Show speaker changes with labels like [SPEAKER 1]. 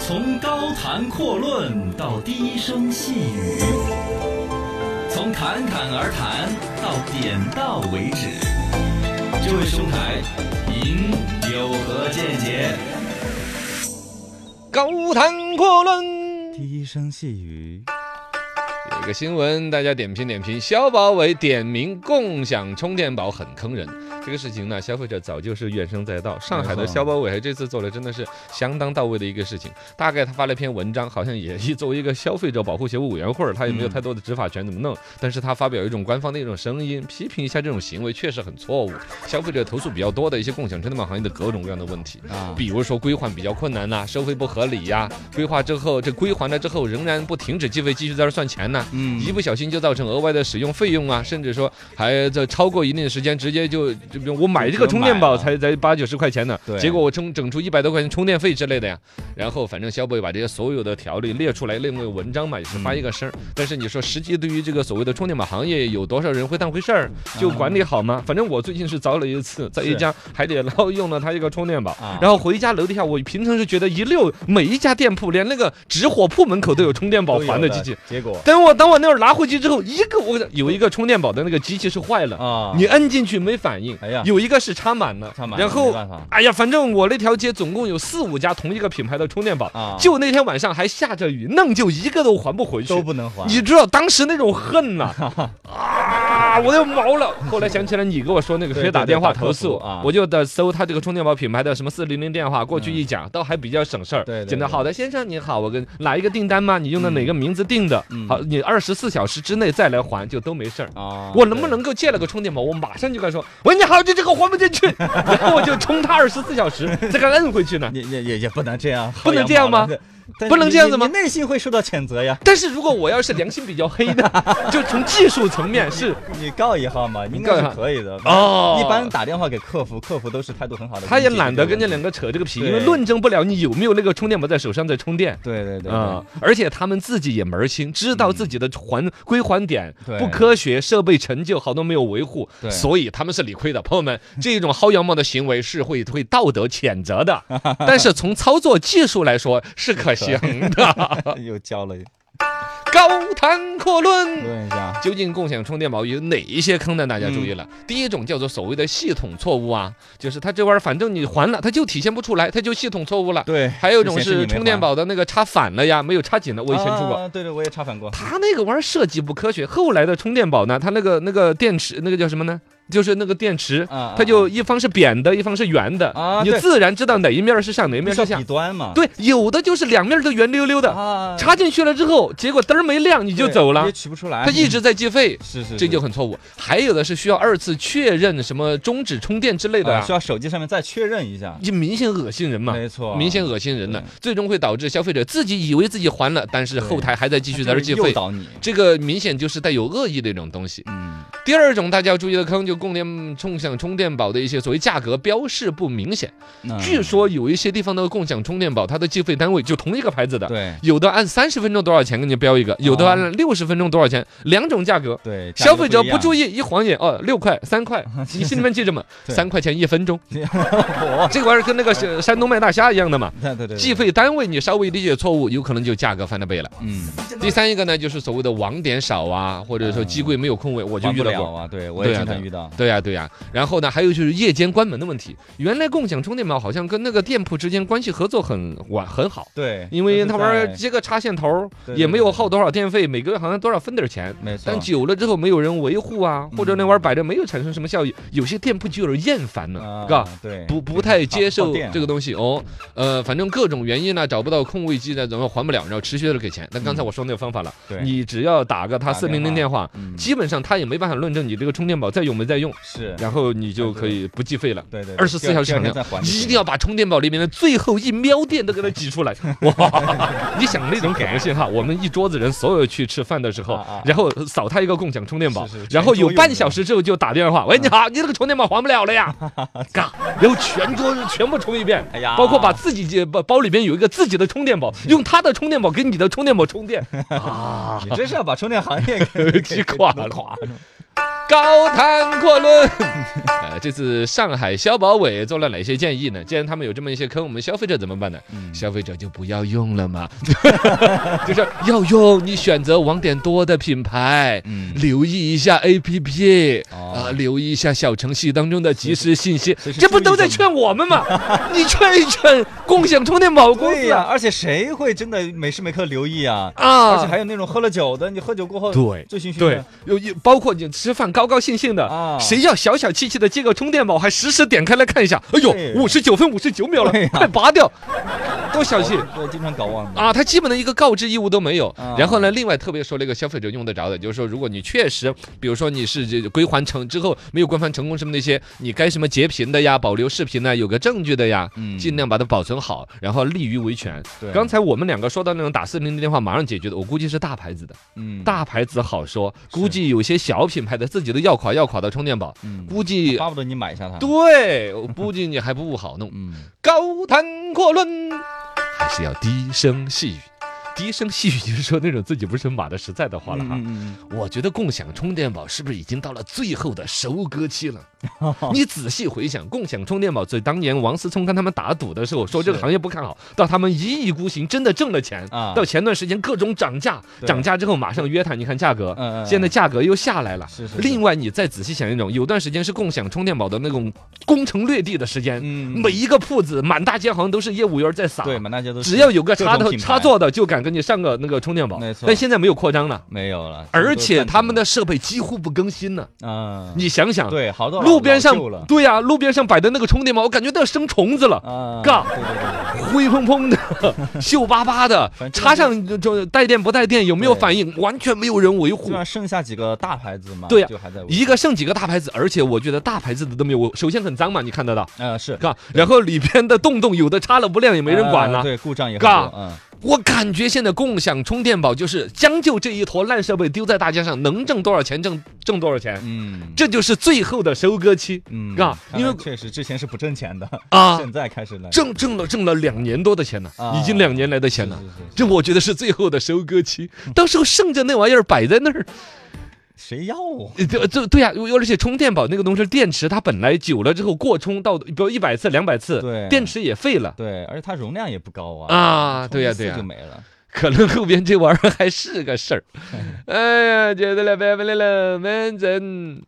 [SPEAKER 1] 从高谈阔论到低声细语，从侃侃而谈到点到为止。这位兄台，您有何见解？
[SPEAKER 2] 高谈阔论。
[SPEAKER 3] 低声细语，
[SPEAKER 2] 有一个新闻，大家点评点评，消保委点名共享充电宝很坑人。这个事情呢，消费者早就是怨声载道。上海的
[SPEAKER 3] 没错
[SPEAKER 2] 消保委还这次做了真的是相当到位的一个事情。大概他发了一篇文章，好像也一作为一个消费者保护协会委员会儿，他也没有
[SPEAKER 3] 嗯
[SPEAKER 2] 太多的执法权怎么弄，但是他发表一种官方的一种声音，批评一下这种行为确实很错误。消费者投诉比较多的一些共享充电宝行业的各种各样的问题。
[SPEAKER 3] 啊
[SPEAKER 2] 比如说归还比较困难呐、收费不合理呀、规划之后这归还了之后仍然不停止计费，继续在这儿算钱呐、
[SPEAKER 3] 嗯
[SPEAKER 2] 一不小心就造成额外的使用费用啊，甚至说还这超过一定的时间，直接就就比如我买这个充电宝才才八九十块钱呢
[SPEAKER 3] 对，
[SPEAKER 2] 结果我充整出一百多块钱充电费之类的呀。然后反正消委把这些所有的条例列出来，列为文章嘛，也是发一个
[SPEAKER 3] 嗯
[SPEAKER 2] 声儿。但是你说实际对于这个所谓的充电宝行业，有多少人会当回事儿？就
[SPEAKER 3] 嗯
[SPEAKER 2] 管理好吗？反正我最近是遭了一次，在一
[SPEAKER 3] 是
[SPEAKER 2] 家海底捞用了它一个充电宝
[SPEAKER 3] 啊，
[SPEAKER 2] 然后回家楼底下，我平常是觉得一溜每一家店铺，连那个纸火铺门口都有充电宝
[SPEAKER 3] 都有
[SPEAKER 2] 环的机器。，
[SPEAKER 3] 结果
[SPEAKER 2] 等我等我那会儿拿回去之后，一个我有一个充电宝的那个机器是坏了，
[SPEAKER 3] 啊，
[SPEAKER 2] 你摁进去没反应，
[SPEAKER 3] 哎呀
[SPEAKER 2] 有一个是插满了，
[SPEAKER 3] 插满了
[SPEAKER 2] 然
[SPEAKER 3] 没
[SPEAKER 2] 后
[SPEAKER 3] 办法
[SPEAKER 2] 哎呀，反正我那条街总共有四五家同一个品牌的充电宝，
[SPEAKER 3] 啊
[SPEAKER 2] 就那天晚上还下着雨，愣就一个都还不回去，
[SPEAKER 3] 都不能还，
[SPEAKER 2] 你知道当时那种 恨呐、啊，我都毛了。后来想起来你给我说那个
[SPEAKER 3] 对
[SPEAKER 2] 可以
[SPEAKER 3] 对
[SPEAKER 2] 打
[SPEAKER 3] 对
[SPEAKER 2] 电话
[SPEAKER 3] 打客
[SPEAKER 2] 投
[SPEAKER 3] 服
[SPEAKER 2] 诉
[SPEAKER 3] 啊
[SPEAKER 2] 我就得搜他这个充电宝品牌的什么四零零电话过去一讲，倒还比较省事儿。
[SPEAKER 3] 对对
[SPEAKER 2] 简单。
[SPEAKER 3] 对
[SPEAKER 2] 好的，先生你好，我跟哪一个订单吗？你用的哪个名字订的？
[SPEAKER 3] 嗯
[SPEAKER 2] 好，你二十四小时之内再来还就都没事儿。
[SPEAKER 3] 啊，
[SPEAKER 2] 我能不能够借了个充电宝？我马上就跟他说，喂，你好，这这个还不进 去，然后我就充他二十四小时，再给他摁回去呢。
[SPEAKER 3] 也也也也不能这样，
[SPEAKER 2] 不能这样
[SPEAKER 3] 薅
[SPEAKER 2] 吗
[SPEAKER 3] 羊毛的？但
[SPEAKER 2] 不能
[SPEAKER 3] 你
[SPEAKER 2] 这样子吗
[SPEAKER 3] 你你内心会受到谴责呀，
[SPEAKER 2] 但是如果我要是良心比较黑的，就从技术层面是
[SPEAKER 3] 你告一号嘛，应
[SPEAKER 2] 告
[SPEAKER 3] 该
[SPEAKER 2] 一号
[SPEAKER 3] 是可以的。
[SPEAKER 2] 哦
[SPEAKER 3] 一般打电话给客服，客服都是态度很好的，
[SPEAKER 2] 他也懒得跟这
[SPEAKER 3] 这
[SPEAKER 2] 两个扯这个皮，
[SPEAKER 3] 对
[SPEAKER 2] 因为论证不了你有没有那个充电宝在手上在充电。
[SPEAKER 3] 对对对嗯
[SPEAKER 2] 啊、而且他们自己也门儿清，知道自己的还归还点
[SPEAKER 3] 对
[SPEAKER 2] 不科学，设备陈旧，好多没有维护，
[SPEAKER 3] 对
[SPEAKER 2] 所以他们是理亏的。朋友 们，这种薅羊毛的行为是会会道德谴 责的，但是从操作技术来说是可行的。
[SPEAKER 3] 对又教了一
[SPEAKER 2] 高谈阔论。
[SPEAKER 3] 论一下，
[SPEAKER 2] 究竟共享充电宝有哪一些坑呢？大家注意了，
[SPEAKER 3] 嗯
[SPEAKER 2] 第一种叫做所谓的系统错误啊，就是它这玩意儿反正你还了，它就体现不出来，它就系统错误了。
[SPEAKER 3] 对，
[SPEAKER 2] 还有一种
[SPEAKER 3] 之前你没
[SPEAKER 2] 是充电
[SPEAKER 3] 还，
[SPEAKER 2] 宝的那个插反了呀，没有插紧的，我以前出过。
[SPEAKER 3] 啊，对对，我也插反过，
[SPEAKER 2] 它那个玩意儿设计不科学，后来的充电宝呢，它那个那个电池，那个叫什么呢？就是那个电池，
[SPEAKER 3] 啊，
[SPEAKER 2] 它就一方是扁的，一方是圆的，
[SPEAKER 3] 啊
[SPEAKER 2] 你就
[SPEAKER 3] 对
[SPEAKER 2] 自然知道哪一面是上，哪一面
[SPEAKER 3] 面是
[SPEAKER 2] 是
[SPEAKER 3] 底
[SPEAKER 2] 下。
[SPEAKER 3] 端嘛，
[SPEAKER 2] 对，有的就是两面都圆溜溜的，
[SPEAKER 3] 啊，
[SPEAKER 2] 插进去了之后，结果灯儿没亮，
[SPEAKER 3] 你
[SPEAKER 2] 你
[SPEAKER 3] 哎
[SPEAKER 2] 就走了
[SPEAKER 3] 也，取不出来，
[SPEAKER 2] 它一直在计费。
[SPEAKER 3] 是是，
[SPEAKER 2] 这
[SPEAKER 3] 是
[SPEAKER 2] 就很错误。还有的是需要二次确认什么终止充电之类的、
[SPEAKER 3] 啊
[SPEAKER 2] 啊
[SPEAKER 3] 需，要手机上面再确认一下，
[SPEAKER 2] 就明显恶心人嘛。
[SPEAKER 3] 没错，啊
[SPEAKER 2] 明显恶心人了
[SPEAKER 3] 对，
[SPEAKER 2] 最终会导致消费者自己以为自己还了，但是
[SPEAKER 3] 对
[SPEAKER 2] 后台还在继
[SPEAKER 3] 它
[SPEAKER 2] 续
[SPEAKER 3] 就
[SPEAKER 2] 在这
[SPEAKER 3] 是
[SPEAKER 2] 计
[SPEAKER 3] 诱
[SPEAKER 2] 费，
[SPEAKER 3] 导你，
[SPEAKER 2] 这个明显就是带有恶意的一种东西。
[SPEAKER 3] 嗯，
[SPEAKER 2] 第二种大家要注意的坑，就供电共享充电宝的一些所谓价格标示不明显。
[SPEAKER 3] 那
[SPEAKER 2] 据说有一些地方的共享充电宝，它的计费单位就同一个牌子的，
[SPEAKER 3] 对啊
[SPEAKER 2] 有的按三十分钟多少钱给你标一个，有的按六十分钟多少钱，两种价格。
[SPEAKER 3] 对，
[SPEAKER 2] 消费者不注
[SPEAKER 3] 意，
[SPEAKER 2] 意一晃眼，哦，六块、三 块，你心里面记着嘛，
[SPEAKER 3] 对
[SPEAKER 2] 三块钱一分钟，
[SPEAKER 3] 我，
[SPEAKER 2] 这个玩意儿跟那个 是山东卖大虾一样的嘛。
[SPEAKER 3] 对对对，
[SPEAKER 2] 计费单位你稍微理解错误，有可能就价格翻了倍 了。
[SPEAKER 3] 嗯，
[SPEAKER 2] 第三一个呢，就是所谓的网点少啊，或者说机柜没有空位，我就
[SPEAKER 3] 还
[SPEAKER 2] 遇
[SPEAKER 3] 不
[SPEAKER 2] 到
[SPEAKER 3] 了
[SPEAKER 2] 过。
[SPEAKER 3] 啊，对我也
[SPEAKER 2] 对啊
[SPEAKER 3] 经
[SPEAKER 2] 对啊
[SPEAKER 3] 常遇到，
[SPEAKER 2] 对呀、对呀、然后呢，还有就是夜间关门的问题。原来共享充电宝好像跟那个店铺之间关系合作很完很好，
[SPEAKER 3] 对，
[SPEAKER 2] 因为
[SPEAKER 3] 都
[SPEAKER 2] 他
[SPEAKER 3] 是
[SPEAKER 2] 玩意儿
[SPEAKER 3] 在
[SPEAKER 2] 接个插线头儿，
[SPEAKER 3] 对
[SPEAKER 2] 也
[SPEAKER 3] 对
[SPEAKER 2] 没有
[SPEAKER 3] 对
[SPEAKER 2] 耗多少电费，每个月好像多少分点儿钱，
[SPEAKER 3] 没错
[SPEAKER 2] 但，久了之后没有人维护啊，
[SPEAKER 3] 嗯
[SPEAKER 2] 或者那玩意儿摆着没有产生什么效益，有些店铺就有点厌烦了，嘎、
[SPEAKER 3] 啊，对，
[SPEAKER 2] 不不太接受这
[SPEAKER 3] 个
[SPEAKER 2] 个东西哦，呃，反正各种原因呢，找不到空位机呢，然后还不了，然后持续的给钱。但刚才我说那个方法了，
[SPEAKER 3] 嗯对
[SPEAKER 2] 你只要打个他
[SPEAKER 3] 打
[SPEAKER 2] 四
[SPEAKER 3] 电
[SPEAKER 2] 零零
[SPEAKER 3] 话
[SPEAKER 2] 电话，
[SPEAKER 3] 嗯
[SPEAKER 2] 基本上他也没办法论证你这个充电宝在用没在用，
[SPEAKER 3] 是，
[SPEAKER 2] 然后你
[SPEAKER 3] 哎
[SPEAKER 2] 就可以不计费了。
[SPEAKER 3] 对对，
[SPEAKER 2] 二十四小时
[SPEAKER 3] 第
[SPEAKER 2] 产
[SPEAKER 3] 二天
[SPEAKER 2] 量
[SPEAKER 3] 再还，就
[SPEAKER 2] 一
[SPEAKER 3] 行
[SPEAKER 2] 定要把充电宝里面的最后一喵电都给它挤出来。哇， 你想那种可能性哈？我们一桌子人所有去吃饭的时候
[SPEAKER 3] 啊啊，
[SPEAKER 2] 然后扫他一个共享充电宝
[SPEAKER 3] 是是，
[SPEAKER 2] 然后
[SPEAKER 3] 全桌
[SPEAKER 2] 有
[SPEAKER 3] 用
[SPEAKER 2] 半
[SPEAKER 3] 的嗯
[SPEAKER 2] 小时之后就打电话，喂，你好，你这个充电宝还不了 了呀？嘎，然后全桌子全部充一遍。
[SPEAKER 3] 哎呀，
[SPEAKER 2] 包括把自己这包包里边有一个自己的充电宝，用他的充电宝给 你的充电宝充电啊，
[SPEAKER 3] 你真是要把充电行业给
[SPEAKER 2] 击垮了
[SPEAKER 3] 垮。
[SPEAKER 2] 高谈阔论。 呃，这次上海消保委做了哪些建议呢？既然他们有这么一些坑，我们消费者怎么办呢？
[SPEAKER 3] 嗯
[SPEAKER 2] 消费者就不要用了嘛， 就是要用你选择网点多的品牌，
[SPEAKER 3] 嗯
[SPEAKER 2] 留意一下 APP 啊、
[SPEAKER 3] 哦
[SPEAKER 2] 留意一下小程序当中的及时信息
[SPEAKER 3] 随，时
[SPEAKER 2] 这不
[SPEAKER 3] 注意
[SPEAKER 2] 都在
[SPEAKER 3] 一下
[SPEAKER 2] 劝我们吗？你劝一劝共享充电宝公
[SPEAKER 3] 对
[SPEAKER 2] 司
[SPEAKER 3] 呀、
[SPEAKER 2] 啊！
[SPEAKER 3] 而且谁会真的每时每刻留意啊？而且
[SPEAKER 2] 啊
[SPEAKER 3] 还有那种喝了酒的，你喝酒过后
[SPEAKER 2] 对
[SPEAKER 3] 醉醺醺
[SPEAKER 2] 对
[SPEAKER 3] 的，，
[SPEAKER 2] 有有包括你吃饭高高兴兴的，
[SPEAKER 3] 啊
[SPEAKER 2] 谁要小小气气的接个充电宝，还实时点开来看一下，哎呦，
[SPEAKER 3] 对
[SPEAKER 2] 五十九分五十九秒了
[SPEAKER 3] 对，呀
[SPEAKER 2] 快 拔掉，多小气！
[SPEAKER 3] 对，经常搞忘的。
[SPEAKER 2] 啊，他基本的一个告知义务都没有
[SPEAKER 3] 啊。
[SPEAKER 2] 然后呢，另外特别说了一个消费者用得着的，就是说，如果你确实，比如说你是这归还成之后没有归还成功什么那些，你该什么截屏的呀、保留视频呢，有个证据的呀，
[SPEAKER 3] 嗯
[SPEAKER 2] 尽量把它保存好，然后立于维权。
[SPEAKER 3] 对
[SPEAKER 2] 刚才我们两个说到那种打四零零电话马上解决的，我估计是大牌子的，
[SPEAKER 3] 嗯，
[SPEAKER 2] 大牌子好说，估
[SPEAKER 3] 是
[SPEAKER 2] 计有些小品牌的自己都要垮要垮的充电宝，
[SPEAKER 3] 嗯
[SPEAKER 2] 估 计。
[SPEAKER 3] 巴不得你买下它。
[SPEAKER 2] 对，我估计你还不好 弄。
[SPEAKER 3] 嗯，
[SPEAKER 2] 高谈阔论，还是要低声细语。低声细语就是说那种自己不是很马的实在的话了哈。
[SPEAKER 3] 嗯嗯
[SPEAKER 2] 我觉得共享充电宝是不是已经到了最后的收割期 了？你仔细回想，共享充电宝在当年王思聪跟他们打赌的时候，说这个
[SPEAKER 3] 是
[SPEAKER 2] 行业不看好，到他们一意孤行，真的挣了钱。
[SPEAKER 3] 啊
[SPEAKER 2] 到前段时间各种涨价，
[SPEAKER 3] 对
[SPEAKER 2] 涨价之后马上约谈，你看价格，
[SPEAKER 3] 嗯嗯嗯
[SPEAKER 2] 现在价格又下来了。
[SPEAKER 3] 是是是
[SPEAKER 2] 另外，你再仔细想一种，有段时间是共享充电宝的那种攻城略地的时间，
[SPEAKER 3] 嗯
[SPEAKER 2] 每一个铺子满大街好像都是业务员在撒。
[SPEAKER 3] 对，满大街都是
[SPEAKER 2] 只要有个插
[SPEAKER 3] 各种
[SPEAKER 2] 头
[SPEAKER 3] 品牌
[SPEAKER 2] 插座的，就敢给你上个那个充电宝。
[SPEAKER 3] 没错
[SPEAKER 2] 但现在没有扩张了，
[SPEAKER 3] 没有了，
[SPEAKER 2] 而且他们
[SPEAKER 3] 的
[SPEAKER 2] 的设备几乎不更新了。
[SPEAKER 3] 嗯，
[SPEAKER 2] 你想想，
[SPEAKER 3] 对好多老
[SPEAKER 2] 路边上
[SPEAKER 3] 老旧了，
[SPEAKER 2] 对呀、路边上摆的那个充电宝，我感觉都要生虫子了。
[SPEAKER 3] 啊，
[SPEAKER 2] 杠
[SPEAKER 3] 对对对，
[SPEAKER 2] 灰蓬蓬 的，锈巴巴的，
[SPEAKER 3] 反正
[SPEAKER 2] 插上就就带电不带电，有没有
[SPEAKER 3] 对
[SPEAKER 2] 反应？完全没有人维护
[SPEAKER 3] 就。让剩下几个大牌子嘛，
[SPEAKER 2] 对呀
[SPEAKER 3] 就还在维
[SPEAKER 2] 一个剩几个大牌子，而且我觉得大牌子的都没有。首先很脏嘛，你看得到，
[SPEAKER 3] 呃是
[SPEAKER 2] 嘎。然后里边的洞洞有的插了不亮，也没人管
[SPEAKER 3] 啊
[SPEAKER 2] 了。
[SPEAKER 3] 对，故障也很
[SPEAKER 2] 杠
[SPEAKER 3] 多，嗯，
[SPEAKER 2] 我感觉现在共享充电宝就是将就这一坨烂设备丢在大街上，能挣多少钱挣挣多少钱，
[SPEAKER 3] 嗯，
[SPEAKER 2] 这就是最后的收割期
[SPEAKER 3] 嗯，
[SPEAKER 2] 杠
[SPEAKER 3] 看
[SPEAKER 2] 因为
[SPEAKER 3] 来确实之前是不挣钱的，
[SPEAKER 2] 啊！
[SPEAKER 3] 现在开始了，
[SPEAKER 2] 挣挣了挣了两年多的钱了，
[SPEAKER 3] 啊
[SPEAKER 2] 已经两年来的钱了
[SPEAKER 3] 是是是，是
[SPEAKER 2] 这我觉得是最后的收割期。到时候剩着那玩意儿摆在那儿，
[SPEAKER 3] 谁要啊？
[SPEAKER 2] 呃对对对呀、而且充电宝那个东西电池，它本来久了之后过充到，比如一百次、两百次，
[SPEAKER 3] 对
[SPEAKER 2] 电池也废了。
[SPEAKER 3] 对，而且它容量也不高啊，
[SPEAKER 2] 啊，对呀、
[SPEAKER 3] 充一次
[SPEAKER 2] 对呀、
[SPEAKER 3] 就没了，
[SPEAKER 2] 可能后边这玩意儿还是个事儿。哎呀，觉得了，拜拜了，反正。